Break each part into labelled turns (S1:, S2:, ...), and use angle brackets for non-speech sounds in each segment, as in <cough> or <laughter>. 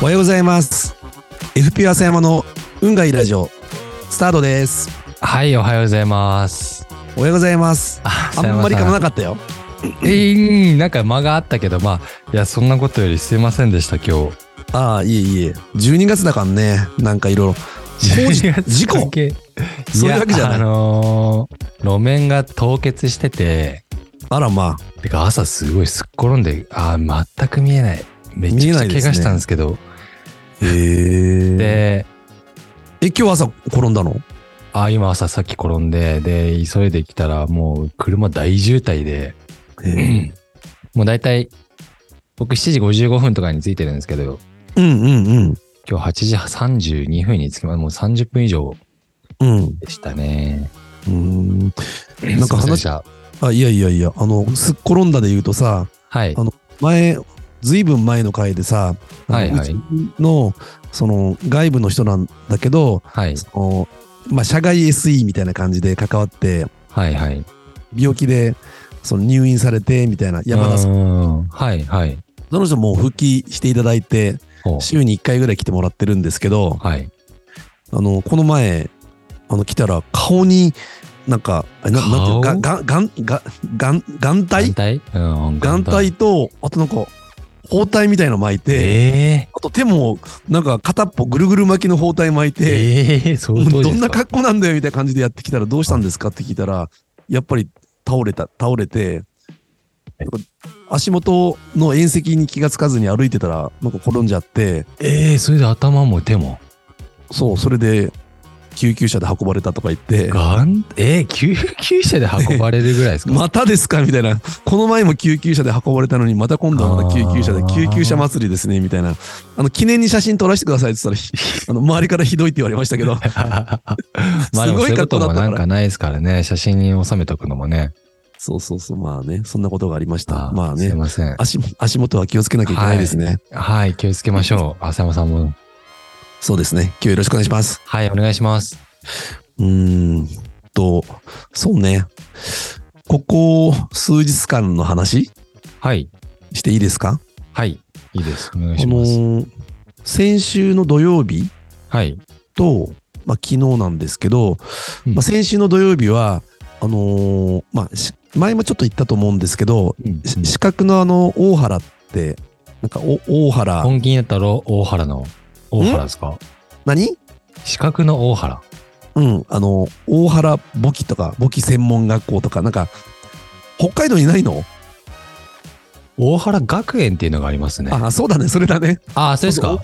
S1: おはようございます。FP 浅山の運がいいラジオ、スタートです。
S2: はい、おはようございます。
S1: おはようございます。
S2: あ
S1: あんまり噛まなかったよ。
S2: えー、なんか間があったけど、まあ、いや、そんなことよりすいませんでした、今日。
S1: ああ、いえいえ。12月だからね、なんかいろいろ。工事事故
S2: <laughs> い
S1: そういうわけじゃない
S2: やあのー路面が凍結してて、
S1: あらま
S2: てか朝すごいすっ転んで、あー全く見えない。めちゃくちゃ怪我したんですけど。
S1: あ。へえ。
S2: で、
S1: え、今日朝転んだの
S2: あー今朝さっき転んで、で、急いで来たらもう車大渋滞で、
S1: へえ
S2: もう大体、僕7時55分とかに着いてるんですけど、
S1: うんうん
S2: 今日8時32分に着きます。もう30分以上
S1: うん。うん。
S2: でしたね。
S1: うーん。なんか話
S2: すいませでし
S1: あ、いやいやいや、あの、すっ転んだで言うとさ、
S2: た。はい
S1: あ。前、ずいぶん前の回でさ、あの
S2: はいはいう
S1: ちの、その、外部の人なんだけど、
S2: はい。
S1: そのまあ、社外 SE みたいな感じで関わって、
S2: はい。はい。
S1: 病気でその入院されてみたいな山田さん、
S2: ん。はい。はい。
S1: その人もう復帰していただいて、
S2: ほう
S1: 週に1回ぐらい来てもらってるんですけど、
S2: はい。
S1: あのこの前、あの来たら、顔に、なんか、あな
S2: 顔
S1: なんていうのががががが眼帯
S2: 眼帯うん。
S1: 眼帯と、あとなんか、包帯みたいの巻いて、
S2: え
S1: あと手も、なんか片っぽぐるぐる巻きの包帯巻い
S2: え。
S1: て、
S2: ええ。相当
S1: どんな格好なんだよみたいな感じでやってきたらどうしたんですかって聞いたらやっぱり倒れた倒れてなんか足元の縁石に気がつかずに歩いてたらなんか転んじゃって
S2: ええ、それで頭も手も。
S1: そうそれで救急車で運ばれたとか言って
S2: 眼ええ、救急車で運ばれるぐらいです
S1: <laughs>
S2: か
S1: またですかみたいなこの前も救急車で運ばれたのにまた今度はまた救急車で
S2: あー
S1: 救急車祭りですねみたいなあの記念に写真撮らせてくださいって言ったら <laughs> ひあの周りからひどいって言われましたけ <laughs> ど
S2: <laughs> まあでも
S1: す
S2: そう
S1: ご
S2: い
S1: いう格
S2: こ
S1: 好
S2: と
S1: だった
S2: も
S1: から
S2: なんかないですからね。写真に収めとくのもね。
S1: そうそうそうまあねそんなことがありました
S2: ー
S1: まあ
S2: すい
S1: ね
S2: ません。
S1: 足も足元は気をつけなきゃいけないですね、
S2: はい。気をつけましょう。浅山さんも。
S1: そうですね。今日よろしくお願いします。
S2: はい。お願いします。
S1: うーんと、そうね。ここ数日間の話
S2: はい。
S1: していいですか
S2: はい。いいです。お願
S1: あ
S2: いし
S1: の
S2: ます。
S1: ー先週の土曜日
S2: はい。
S1: と、まあ、昨日なんですけど、
S2: うん
S1: まあ、先週の土曜日は、あのーまあ、し前もちょっと言ったと思うんですけど、
S2: うん
S1: し資格のあの、大原って、なんかお、大原、
S2: 本気になったら大原の、大原ですか
S1: 何
S2: 四角の大原。
S1: うん、あの、大原簿記とか、簿記専門学校とか、なんか、北海道にないの
S2: 大原学園っていうのがありますね。
S1: あ、そうだね、それだね。
S2: ああ、そうですか。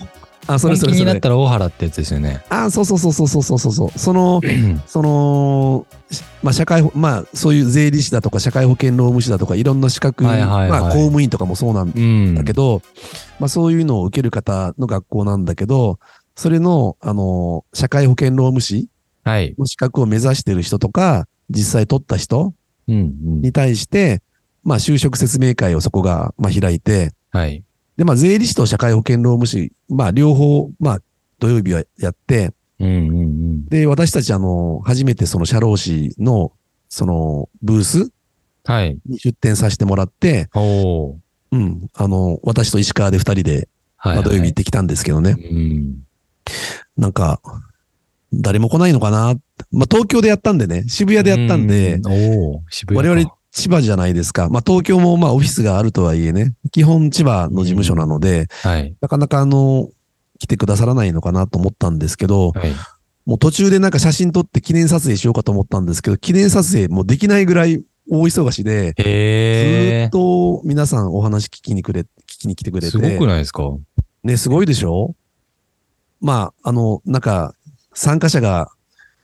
S1: あ、それ
S2: 本
S1: そ
S2: 気
S1: れそ
S2: になっ
S1: れ。
S2: たら大原ってやつですよね。
S1: あ、そうそうそうそうそうそうそうそう。その、その、しまあ社会保、まあそういう税理士だとか社会保険労務士だとかいろんな資格、
S2: はいはいはい
S1: まあ公務員とかもそうなん
S2: うん。
S1: だけど、まあそういうのを受ける方の学校なんだけど、それの、あの、社会保険労務士
S2: はい。
S1: の資格を目指してる人とか、実際取った人
S2: うんうん。
S1: に対して、まあ就職説明会をそこが、まあ開いて、
S2: はい。
S1: で、まあ、税理士と社会保険労務士、まあ、両方、まあ、土曜日はやって、
S2: うんうんうん。
S1: で、私たち、あの、初めてその社労士の、その、ブース
S2: はい。
S1: に出展させてもらって、
S2: おお。
S1: うん、あの、私と石川で二人で、
S2: は
S1: ま
S2: い、
S1: あ、土曜日
S2: は
S1: 行っ
S2: い。
S1: てきたんですけどね。
S2: うん。
S1: なんか、誰も来ないのかなまあ、東京でやったんでね、渋谷でやったんで、
S2: うおお。渋谷
S1: 我
S2: か。
S1: 々千葉じゃないですか。まあ、東京もまあ、オフィスがあるとはいえね、基本千葉の事務所なので、
S2: はい。
S1: なかなかあの、来てくださらないのかなと思ったんですけど、
S2: はい。
S1: もう途中でなんか写真撮って記念撮影しようかと思ったんですけど、記念撮影もうできないぐらい大忙しで、ずーっ
S2: へえ。
S1: と皆さんお話聞きにくれ、聞きに来てくれて。
S2: すごくないですか
S1: ね、すごいでしょまあ、あの、なんか、参加者が、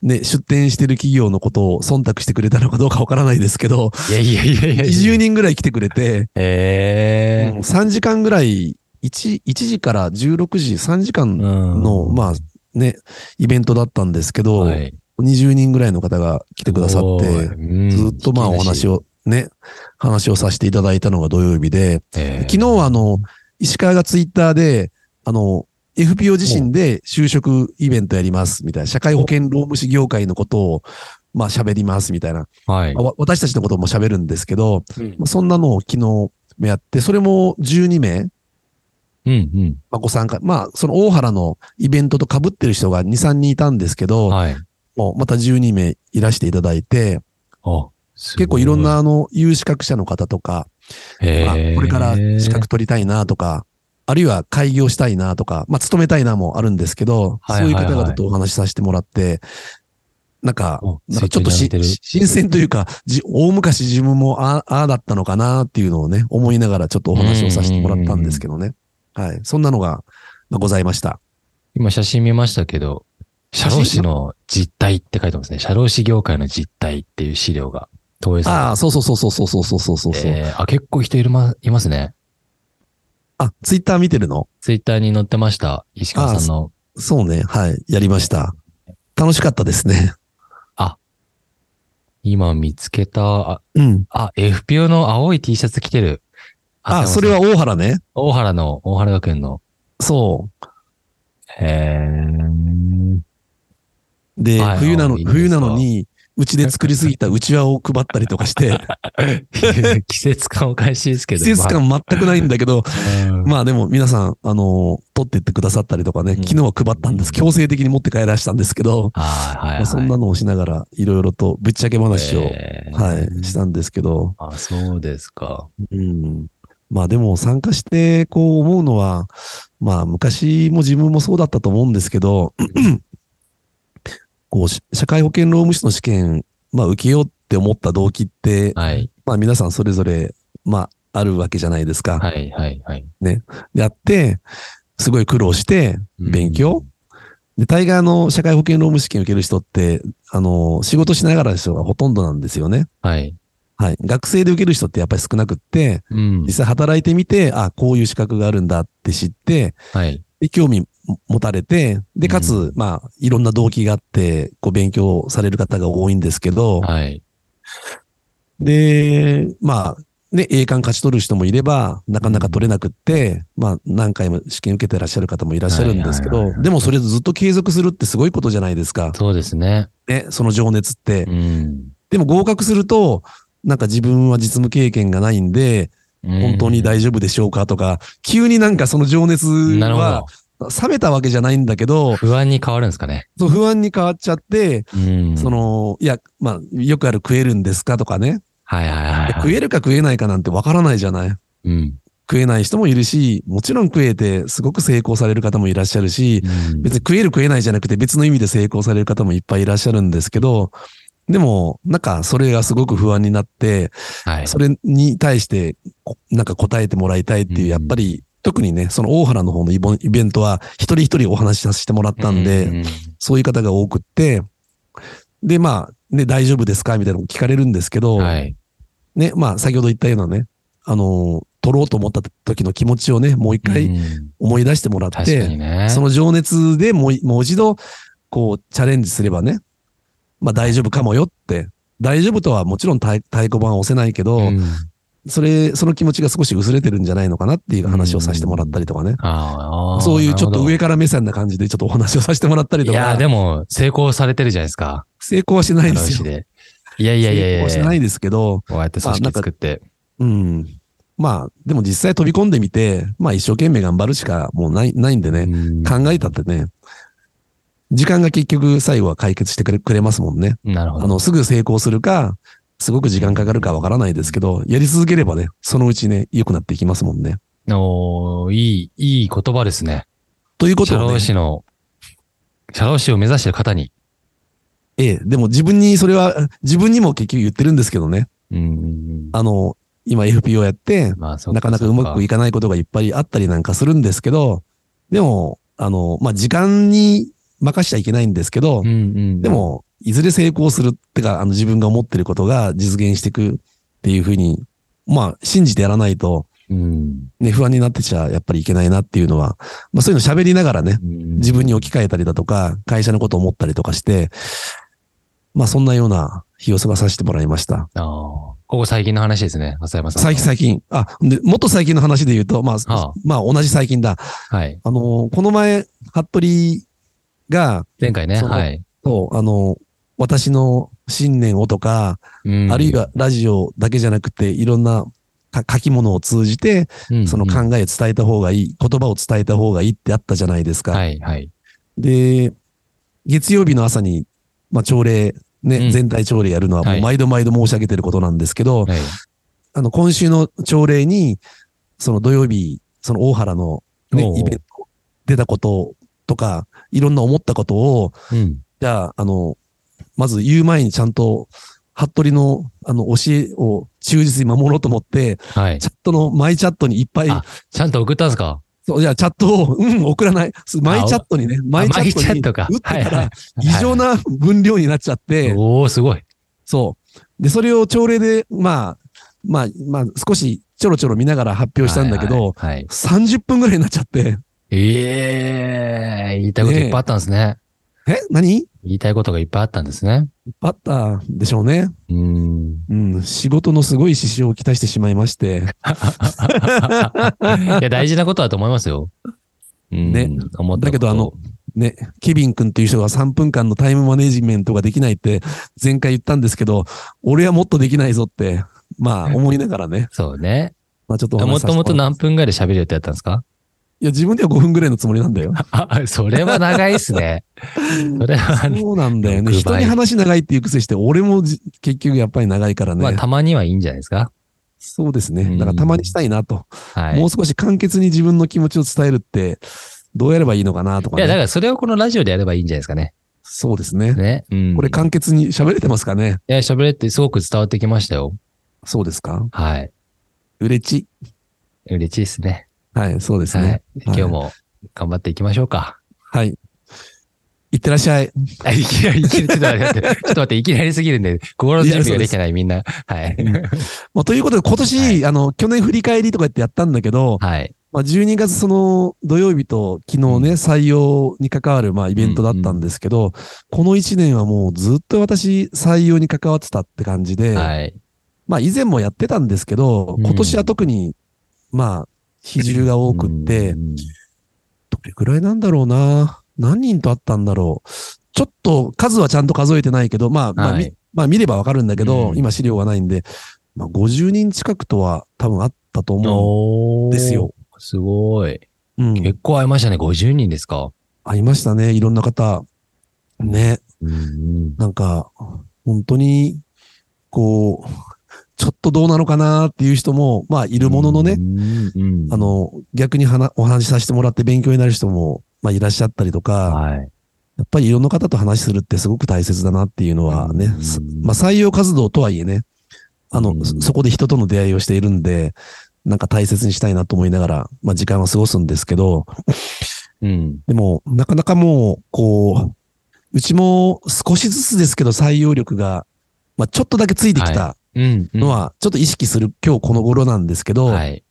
S1: ね、出展してる企業のことを忖度してくれたのかどうかわからないですけど、
S2: いやいやいやいや。
S1: 20。人ぐらい来てくれて、
S2: へえ。
S1: 3時間ぐらい、1、1時から16時、3時間
S2: うん
S1: の、まあ、ね、イベントだったんですけど、
S2: はい。
S1: 20人ぐらいの方が来てくださって、ず
S2: ず
S1: っとまあお話
S2: を。
S1: をね、話をさせていただいたのが土曜日で、
S2: 昨
S1: 昨日はあの、石川がツイッターで、あの、FPO 自身で就職イベントやりますみたいな、社会保険労務士業界のことを、まあ喋りますみたいな、
S2: はい。
S1: わ私たちのことも喋るんですけど、
S2: うん
S1: まあそんなのを昨日やって、それも12名
S2: うん
S1: まあ、ご参加、まあ、その大原のイベントと被ってる人が2、3人いたんですけ
S2: う
S1: ど、
S2: ん。はい。
S1: もうまた12名いらしていただいて、
S2: あ、
S1: 結構いろんな、あの、有資格者の方とか、まあ
S2: へえ。
S1: これから資格取りたいなとか、あるいは開業したいなとか、まあ、勤めたいなもあるんですけど、
S2: はいはいはい
S1: そういう方々とお話しさせてもらって、なんか、
S2: お
S1: なんかちょっと
S2: 成
S1: し
S2: 長に並べてる
S1: 新鮮というか、じ大昔自分もあああだったのかなっていうのをね、思いながらちょっとお話をさせてもらったんですけどね。はい。そんなのが、まあございました。
S2: 今写真見ましたけど、社労士の実態って書いてますね。社労士業界の実態っていう資料が投影されて
S1: ああ、そうそうそうそうそうそうそうそうそう、
S2: えーあ、結構人いるま、いますね。
S1: あ、ツイッター見てるの
S2: ツイッターに載ってました。石川さんの。
S1: そうね。はい。やりました。楽しかったですね。
S2: 今見つけた、あ、
S1: うん。
S2: あ FPO の青い T シャツ着てる。合って
S1: あ、
S2: ます
S1: それは。大原ね。
S2: 大原の、大原学園の。
S1: そ
S2: えー、
S1: う。で、
S2: はい
S1: 冬なの、
S2: いいですか
S1: 冬なのに、うちで作りすぎたうちわを配ったりとか
S2: <laughs>
S1: して、
S2: 季節感お返しですけ
S1: 季
S2: ど。
S1: 節感全くないんだけど、
S2: まあ、
S1: まあでも皆さん、あのー取ってってくださったりとかね、
S2: うん
S1: 昨日は配ったんです。強制的に持って帰らしたんですけど、
S2: あーはい、
S1: ま
S2: は
S1: あ
S2: い。
S1: そんなのをしながら、いろいろとぶっちゃけ話を、
S2: えー
S1: はい、したんですけど、
S2: あ、そうですか。
S1: うん。まあでも参加してこう思うのは、まあ昔も自分もそうだったと思うんですけど、こうし社会保険労務士の試験、まあ受けようって思った動機って、
S2: はい。
S1: まあ皆さんそれぞれ、まああるわけじゃないですか。
S2: はい、はい、はい。
S1: やって、すごい苦労して、
S2: うん
S1: 勉強、で、大概あの社会保険労務試験受ける人って、あの、仕事しながらの人がほとんどなんですよね。
S2: はい。
S1: はい。学生で受ける人ってやっぱり少なくって、
S2: うん
S1: 実。際働いてみて、あ、こういう資格があるんだって知って、
S2: はい。
S1: で、興味持たれて、で、かつ、
S2: う
S1: まあ、いろんな動機があって、こう、勉強される方が多いんですけど、
S2: はい。
S1: で、まあ、ね、栄冠勝ち取る人もいれば、なかなか取れなくって、まあ、何回も試験受けてらっしゃる方もいらっしゃるんですけ
S2: はいは
S1: ど
S2: いはいは、い
S1: でもそれずっと継続するってすごいことじゃないですか。
S2: そうですね。
S1: ね、その情熱って。
S2: うん。
S1: でも合格すると、なんか自分は実務経験がないんで、本当に
S2: 事。
S1: 大丈夫でしょうかとか、急になんかその情熱
S2: なるほ
S1: は
S2: ど。
S1: 冷めたわけじゃないんだけど、
S2: 不安に変わるんですかね。
S1: そう不安に変わっちゃって、
S2: うん
S1: そ、の、いや、まあ、よくある食えるんですかとかね。
S2: はいはいはいい、
S1: や
S2: は
S1: 食
S2: い。
S1: えるか食えないかなんてわからないじゃない。
S2: うん。
S1: 食えない人もいるし、もちろん食えてすごく成功される方もいらっしゃるし、
S2: うん
S1: 別に食える食えないじゃなくて別の意味で成功される方もいっぱいいらっしゃるんですけど、でも、なんかそれがすごく不安になって、
S2: はい。
S1: それに対して、こなんか答えてもらいたいっていうう、
S2: ん
S1: やっぱり、特にね、その大原の方のイボイベントは、一人一人お話しさせてもらったん
S2: う
S1: で、
S2: ん
S1: そういう方が多くって、で、まあ、ね、大丈夫ですかみたいなのを聞かれるんですけど、
S2: はい。
S1: ね、まあ、先ほど言ったようなね、あのー、取ろうと思った時の気持ちをね、もう一
S2: う
S1: 回
S2: ん
S1: 思い出してもらっ
S2: 確かに
S1: て、
S2: ね。
S1: その情熱でもうい、もう一度、こう、チャレンジすればね、まあ、大丈夫かもよって、大丈夫とはもちろん太太鼓判は押せないけど、
S2: うん
S1: それ、その気持ちが少し薄れてるんじゃないのかなっていう話をさせてもらったりとかね。
S2: あー
S1: そういうちょっと。
S2: なる
S1: 上から目線な感じでちょっとお話をさせてもらったり
S2: ほ
S1: と
S2: どいや
S1: か
S2: ー、、でも、成功されてるじゃないですか。
S1: 成功はしないです
S2: 社労士
S1: よ。
S2: でいやいやいやい
S1: 成
S2: や
S1: 功しないですけど、
S2: こうやって組織作って。
S1: うん。まあ、でも実際飛び込んでみて、まあ一生懸命頑張るしかもうない、ないんでね、
S2: うん
S1: 考えたってね、時間が結局最後は解決してくれくれますもんね。
S2: なるほ
S1: あ
S2: ど。
S1: の、すぐ成功するか、すごく時間かかるかわからないですけど、やり続ければね、そのうちね、良くなっていきますもんね。
S2: おーいい、いい言葉ですね。
S1: ということ
S2: 社
S1: を
S2: 労
S1: ね、
S2: 士の、社労士を目指してる方に。
S1: ええ、でも自分に、それは、自分にも結局言ってるんですけどね。
S2: うん。
S1: あの、今 FPO やって、
S2: まあ、そっ
S1: なかなかうまく
S2: い
S1: いかないことがいっぱいあったりなんかするんですけど、でも、あの、まあ、時間に任しちゃいけないんですけど
S2: うん、うん。
S1: で、も、いずれ成功するってか、あの、自分が思ってることが実現していくっていうふうに、まあ、信じてやらないと、
S2: うん。
S1: ね、不安になってちゃやっぱりいけないなっていうのは、まあ、そういうの喋りながらね、自
S2: 自
S1: 分に置き換えたりだとか、会社のことを思ったりとかして、まあそんなような日を過ごさせてもらいました。
S2: ああ。ここ最近の話ですね、浅山さん。
S1: 最近、最近。あ、で、もっと最近の話で言うと、まあ、
S2: ああ
S1: まあ同じ最近だ。
S2: はい。
S1: あのー、この前、服部が、
S2: 前回ね、
S1: その
S2: はい。
S1: そう、あのー、私の信念をとか、
S2: うん
S1: あるい、はラジオだけじゃなくて、いろんなた書き物を通じて、
S2: うん
S1: その考え伝えた方がいい、言葉を伝えた方がいいってあったじゃないですか。
S2: はい、はい。
S1: で、月曜日の朝に、まあ、朝礼、ね、
S2: うん
S1: 全体朝礼やるのは、も
S2: は
S1: う
S2: い
S1: 毎度毎度申し上げてることなんですけど、
S2: はい。
S1: あの、今週の朝礼に、その土曜日、その大原の、
S2: おうおう
S1: ね、イベント、出たこととか、いろんな思ったことを、
S2: うん。
S1: じゃあ、あの、まず言う前にちゃんと、服部の、あの、教えを忠実に守ろうと思って、
S2: はい。
S1: チャットの、マイチャットにいっぱい、
S2: あちゃんと送ったんすか
S1: そう、じゃあチャットを、うん、送らない。すマイチャットにね、マイチャットに打って
S2: か。
S1: た
S2: はいはい
S1: ら、異常な分量になっちゃって、
S2: おー、すごい。
S1: そう。で、それを朝礼で、まあ、まあ、まあ、少しちょろちょろ見ながら発表したんだけど、
S2: はいはいはい。
S1: 30分ぐらいになっちゃって、
S2: ええー、言いたいこといっぱいあったんですね。
S1: え何
S2: 言いたいことがいっぱいあったんですね。
S1: バッターでしょうね。
S2: うーん。
S1: うん、仕事のすごい支障をきたしてしまいまして。
S2: いや、大事なことだと思いますよ。うん。
S1: ね
S2: 思ったこと
S1: だけどあの、ね、ケビン君っていう人が3分間のタイムマネジメントができないって前回言ったんですけど、俺はもっとできないぞって、まあ思いながらね。
S2: そうね。
S1: まあちょっとお
S2: も
S1: 話しさせ
S2: と
S1: て
S2: も
S1: も
S2: と
S1: らう
S2: 何分ぐらいで喋る予定だったんですか
S1: いや、自分では5分ぐらいのつもりなんだよ。
S2: あ、それは長いっ
S1: <laughs>
S2: すね。それは、
S1: そうなんだよね。
S2: 6倍
S1: 人に話長いっていう癖して、俺もじ結局やっぱり長いからね。
S2: まあ、たまにはいいんじゃないですか。
S1: そうです
S2: う
S1: ね。
S2: ん
S1: だからたまにしたいなと。
S2: はい。
S1: もう少し簡潔に自分の気持ちを伝えるって、どうやればいいのかなとか
S2: いや、だか
S1: ね。
S2: らそれをこのラジオでやればいいんじゃないですかね。
S1: そうですね。
S2: ね。うん。
S1: これ
S2: か。
S1: 簡潔に喋れてますかね
S2: いや、喋れってすごく伝わってきましたよ。
S1: そうですか
S2: はい。
S1: 嬉しい。
S2: 嬉しいですね。
S1: はい、そうです
S2: は
S1: ね
S2: い。。今日も頑張っていきましょうか。
S1: はい。いってらっしゃい。
S2: あいきなり、いきなり、ちょっと待って、ちょっと待って、いきなりすぎるんで、心の準備ができてないみんな。はい。
S1: まあ、ということで、今年、
S2: はい
S1: あの、去年振り返りとかやってやったんだけど、
S2: はい。
S1: まあ、12月その土曜日と昨日ね、採用に関わる、まあ、イベントだったんですけど、この1年はもうずっと私、採用に関わってたって感じで、
S2: はい。
S1: まあ、以前もやってたんですけど、
S2: うん
S1: 今年は特に、まあ、比重が多くって、
S2: うん
S1: どれくらいなんだろうな。何人と会ったんだろう。ちょっと数はちゃんと数えてないけど、まあ、まあ、
S2: はい
S1: みまあ見ればわかるんだけど、
S2: うん
S1: 今資料がないんで、まあ50人近くとは多分あったと思
S2: お
S1: うん
S2: ー
S1: ですよ。。
S2: すごい。
S1: うん。
S2: 結構会いましたね。50人ですか。
S1: 会いましたね、いろんな方。ね、
S2: うん。
S1: なんか、本当に、こう、ちょっとどうなのかなっていう人も、まあい
S2: い
S1: るもののね、
S2: うん。
S1: あ、の、逆にはなお話しさせてもらって勉強になる人も、まあいらっしゃったりとか、
S2: はい。
S1: やっぱりいろんな方と話するってすごく大切だなっていうのはね、
S2: うん
S1: すまあ採用活動とはいえね、あの、
S2: うん
S1: そそこで人との出会いをしているんで、なんか大切にしたいなと思いながら、まあ時間は過ごすんですけど、
S2: うん。
S1: でも、なかなかもう、こう、うちも少しずつですけど採用力が、まあちょっとだけついてきた
S2: うん。
S1: のは、ちょっと意識する今日この頃なんですけど、
S2: はい。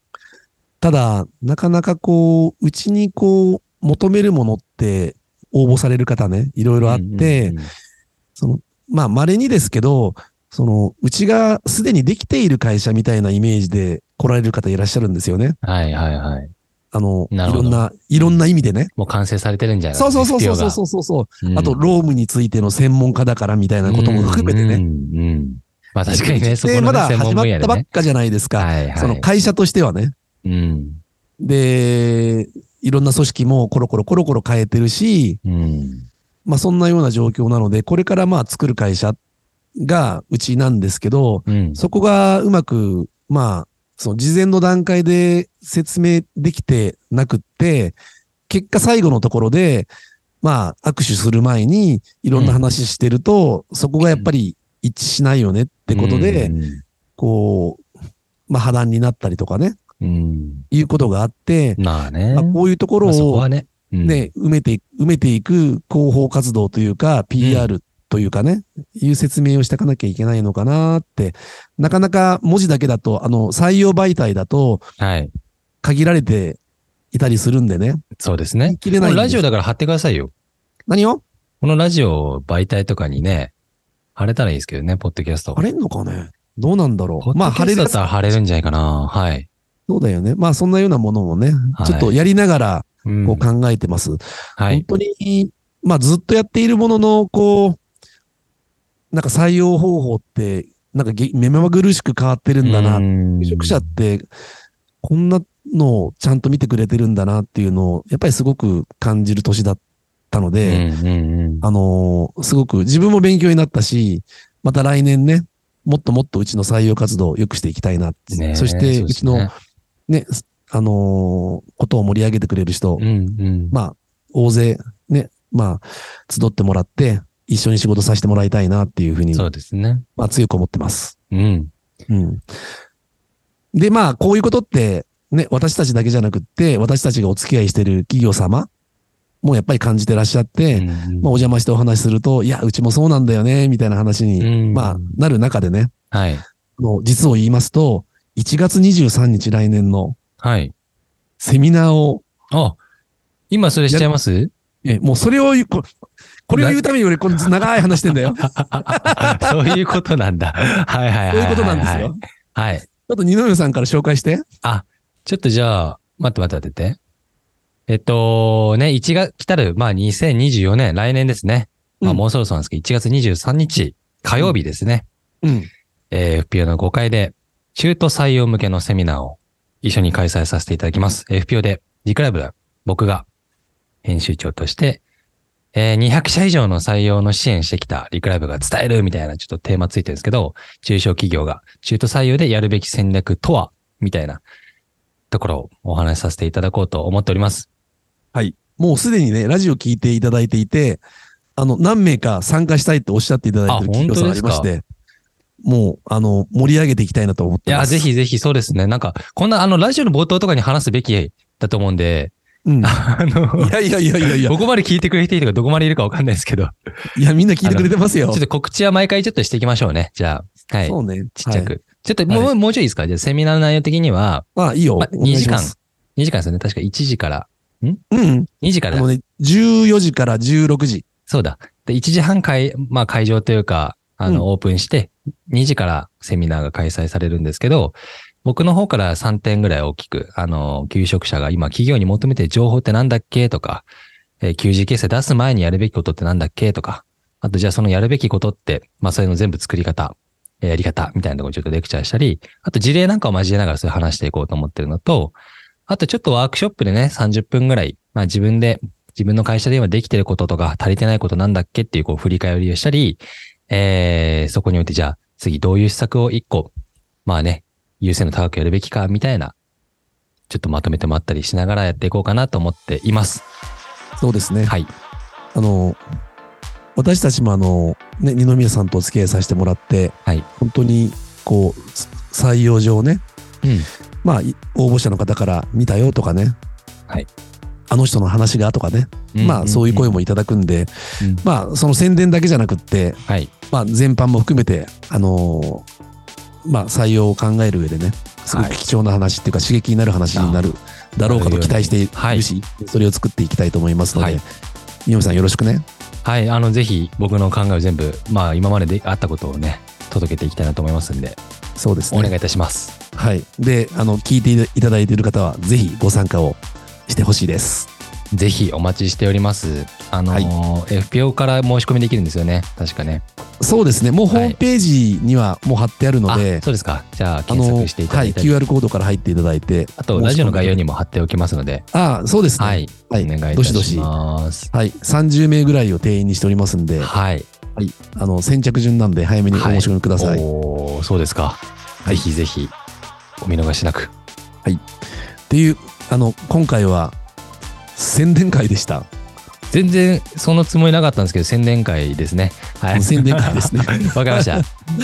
S1: ただ、なかなかこう、うちにこう、求めるものって、応募される方ね、いろいろあって、
S2: うんうんうん
S1: その、まあ、稀にですけど、その、うちがすでにできている会社みたいなイメージで来られる方いらっしゃるんですよね。
S2: はいはいはい。
S1: あの、い
S2: なるほ
S1: ろ
S2: ど
S1: んな、いろんな意味でね。
S2: もう完成されてるんじゃない
S1: そうそうそうそうそう
S2: う。
S1: そうそうそう。
S2: うん
S1: あと、ロームについての専門家だからみたいなことも含めて
S2: うん
S1: ね。
S2: うんうん。まあ確かにね、そこ
S1: で、ま
S2: のね
S1: だ
S2: 専門
S1: 始ま
S2: 分
S1: った
S2: 野で
S1: ばっ
S2: ね。
S1: かじゃないですか。
S2: はいはい。
S1: その会社としてはね。
S2: うん。
S1: で、いろんな組織もコロコロコロコロ変えてるし、
S2: うん。
S1: まあそんなような状況なので、これからまあ作る会社がうちなんですけど、
S2: うん。
S1: そこがうまく、まあ、その事前の段階で説明できてなくって、結果最後のところで、まあ、握手する前にいろんな話してると、そこがやっぱり一致しないよねってことで、
S2: うん
S1: こう、まあ破談になったりとかね、
S2: うん。
S1: いうことがあって、
S2: まあね。
S1: まあ、こういうとこ
S2: ま
S1: ろ
S2: あそ
S1: を
S2: こはね。うん。
S1: ね、埋めて、埋めていく広報活動というか、PR というかね、いう説明をしていかなきゃいけないのかなって、なかなか文字だけだと、あの、採用媒体だと
S2: はい。
S1: 限られていたりするんでね。
S2: そうです
S1: 言
S2: ね
S1: い。切れ
S2: こ
S1: ないんです。
S2: のラジオだから貼ってくださいよ。
S1: 何を
S2: このラジオ媒体とかにね、貼れたらいいですけどね、ポッドキャスト。
S1: 晴れんのかねどうなんだろ
S2: ポ
S1: う
S2: ッ
S1: まあ、
S2: ドキャ
S1: 晴れ
S2: ストだ
S1: だ
S2: ったら貼れるんじゃないかな。はい。
S1: そうだよね。まあ、そんなようなものもね、
S2: はい
S1: ちょっとやりながら、
S2: うん
S1: こう考えてます。
S2: は
S1: 本
S2: い。
S1: 当に、まあずっとやっているものの、こう、なんか採用方法ってなんかげ目まぐるしく変わってるんだな。
S2: な
S1: 求職者って、こんなのをちゃんと見てくれてるんだなっていうのを、やっぱりすごく感じる年だったので、
S2: うんうんうん
S1: あのーすごく自分も勉強になったし、また来年ね、もっともっとうちの採用活動を良くしていきたいなって、
S2: ねえ
S1: そして
S2: う
S1: う
S2: です
S1: ち
S2: ね
S1: のね、すあのーことを盛り上げてくれる人、
S2: うんうん
S1: まあ、大勢ね、まあ、集ってもらって、一緒に仕事させてもらいたいなっていうふうに、
S2: そうですね。
S1: まあ、強く思ってます。
S2: うん。
S1: うん。で、まあ、こういうことって、ね、私たちだけじゃなくって、私たちがお付き合いしてる企業様もやっぱり感じてらっしゃって、
S2: うんうん
S1: まあ、お邪魔してお話しすると、いや、うちもそうなんだよね、みたいな話に、
S2: うん
S1: まあ、なる中でね、
S2: はい。
S1: もう実を言いますと、1月23日来年の
S2: はい。
S1: セミナーを、
S2: あ、今それしちゃいます
S1: えもうそれを言う、ここれを言うために俺、この長い話してんだ
S2: <laughs>
S1: よ。
S2: そういうことなんだ。はいはいはいはい。
S1: そういうことなんですよ。。
S2: はい。
S1: ちょっと二宮さんから紹介して。
S2: ちょっとじゃあ、待って待って待ってて。えっと、ね、1月、来たる、まあ2024年、来年ですね。まあ
S1: うん
S2: もうそろそろなんですけど、1月23日、火曜日ですね。
S1: うん。
S2: えー FPO の5回で、中途採用向けのセミナーを一緒に開催させていただきます。FPO で、G クラブで僕が編集長として、えー200社以上の採用の支援してきたリクライブが伝えるみたいなちょっとテーマついてるんですけど、中小企業が中途採用でやるべき戦略とはみたいなところをお話しさせていただこうと思っております。
S1: もうすでにね、ラジオ聞いていただいていて、あの、何名か参加したいっておっしゃっていただいてる企業さん
S2: あ
S1: あ
S2: 本
S1: り
S2: 当
S1: ま
S2: です
S1: し
S2: か
S1: て、もう、あの、盛り上げていきたいなと思っ
S2: い
S1: て
S2: や、
S1: ます。
S2: ぜ。ひぜひそうですね。なんか、こんなあの、ラジオの冒頭とかに話すべきだと思うんで、
S1: うん。い
S2: あの、
S1: やいやいやい
S2: <laughs>
S1: やいや
S2: こ、こまで聞いてくれている人がどこまでいるかわかんないですけど、
S1: いや、みんな聞いてくれてます
S2: ちょ
S1: よ
S2: っ。と告知は毎回ちょっとしていきましょうね。じゃあ、はい。
S1: そうね。
S2: ちっちゃ
S1: はい。
S2: く。ちょっともう、
S1: は
S2: もうちょいいですかじゃあセミナーの内容的には、
S1: まあ、いいよ。
S2: まあ
S1: お願いしま
S2: 2時
S1: す。
S2: 2時間ですよね。確か1時から、
S1: うん。
S2: 2時か
S1: あ
S2: ら
S1: のね、14時から16時。
S2: そうだ。で、1時半会、まあ会場というか、あの、
S1: う
S2: オープンして、2時からセミナーが開催されるんですけど、僕の方から3点ぐらい大きく、あの、求職者が今企業に求めてる情報ってなんだっけとか、えー、求人形成出す前にやるべきことってなんだっけとか、あとじゃあそのやるべきことって、まあそういうの全部作り方、えーやり方みたいなところにちょっとレクチャーしたり、あと事例なんかを交えながらそういう話していこうと思ってるのと、あとちょっとワークショップでね、30分ぐらい、まあ自分で自分の会社で今できてることとか足りてないことなんだっけっていうこう振り返りをしたり、えー、そこにおいてじゃあ次どういう施策を一個、まあね、優先の高くやるべきかみたいな、ちょっとまとめてもあったりしながらやっていこうかなと思っています。
S1: そうですね。
S2: はい。
S1: あの、私たちもあの、ね、二宮さんとお付き合いさせてもらって、
S2: はい
S1: 本当に、こう、採用上ね、
S2: うん。
S1: まあ、い応募者の方から見たよとかね、
S2: はい。
S1: あの人の話がとかね、まあ、そういう声
S2: も。
S1: もいただくんで、
S2: うん
S1: まあ、その宣伝だけじゃなくって、
S2: はい。
S1: まあ、全般も含めて、あのーまあ、採用を考える上でね、すごく
S2: はい
S1: 貴重な話っていうか、刺激になる話になるだろうかと期待してい
S2: はい
S1: るし、それを作っていきたいと思いますの
S2: は
S1: で
S2: い、
S1: みよみさんよろしくね。
S2: はい。あの、ぜひ僕の考えを全部、まあ今までであったことをね、届けていきたいなと思いますんで、
S1: そうです
S2: お願
S1: ね。
S2: いいたします。
S1: はい。で、あの、聞いていただいている方は、ぜひご参加をしてほしいです。
S2: ぜひお待ちしております。あのー FPO から申し込みできるんですよね。確かね。
S1: そうですね。もうホ
S2: はい
S1: ームページにはもう貼ってあるので
S2: あ、そうですか。じゃあ
S1: あ
S2: 検
S1: の、は
S2: 索
S1: い、
S2: していただいたり、
S1: QR コードから入っていただいて、
S2: あとラジオの概要にも貼っておきますので、
S1: ああ、そうですね。
S2: は
S1: はい。
S2: い、お願いいた
S1: どしど
S2: し
S1: し。は
S2: ます。
S1: い。30名ぐらいを定員にしておりますんで、
S2: はい、
S1: はい、あの先着順なんで早めにお申し込みください。
S2: おーそうですか。ぜひぜひお見逃しなく。
S1: っていうあの今回は宣伝会でした。
S2: 全然そのつもりなかったんですけど、宣伝会ですね。 <laughs> は
S1: <laughs>
S2: い、
S1: 宣伝会ですね。
S2: わかり
S1: <laughs>
S2: ました。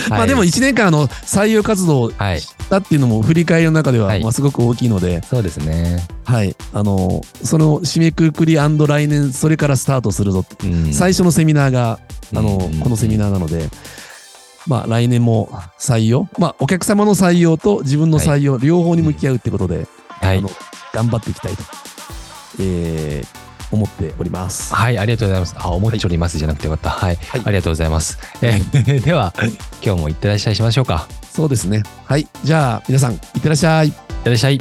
S1: まあでも1年間あの採用活動をし
S2: はい、
S1: たっていうのも振り返りの中では、
S2: はい
S1: まあ、すごく大きいので、
S2: そうですね。
S1: はい、あのその締めくくり来年それからスタートするぞ、
S2: うん
S1: 最初のセミナーがあの、
S2: うん
S1: このセミナーなので。まあ、来年も採用、まあ、お客様の採用と自分の採用、両方に向き合うってことで、
S2: は
S1: あ
S2: い
S1: の、頑張っていきたいと、えー思っております。
S2: はい、ありがとうございます。あ、思っておりますじゃなくてよかった。はい、
S1: はい
S2: ありがとうございます。えー <laughs> では、今日もいってらっしゃいしましょうか。
S1: そうですね。はい。じゃあ、皆さん、いってらっしゃい。
S2: いってらっしゃい。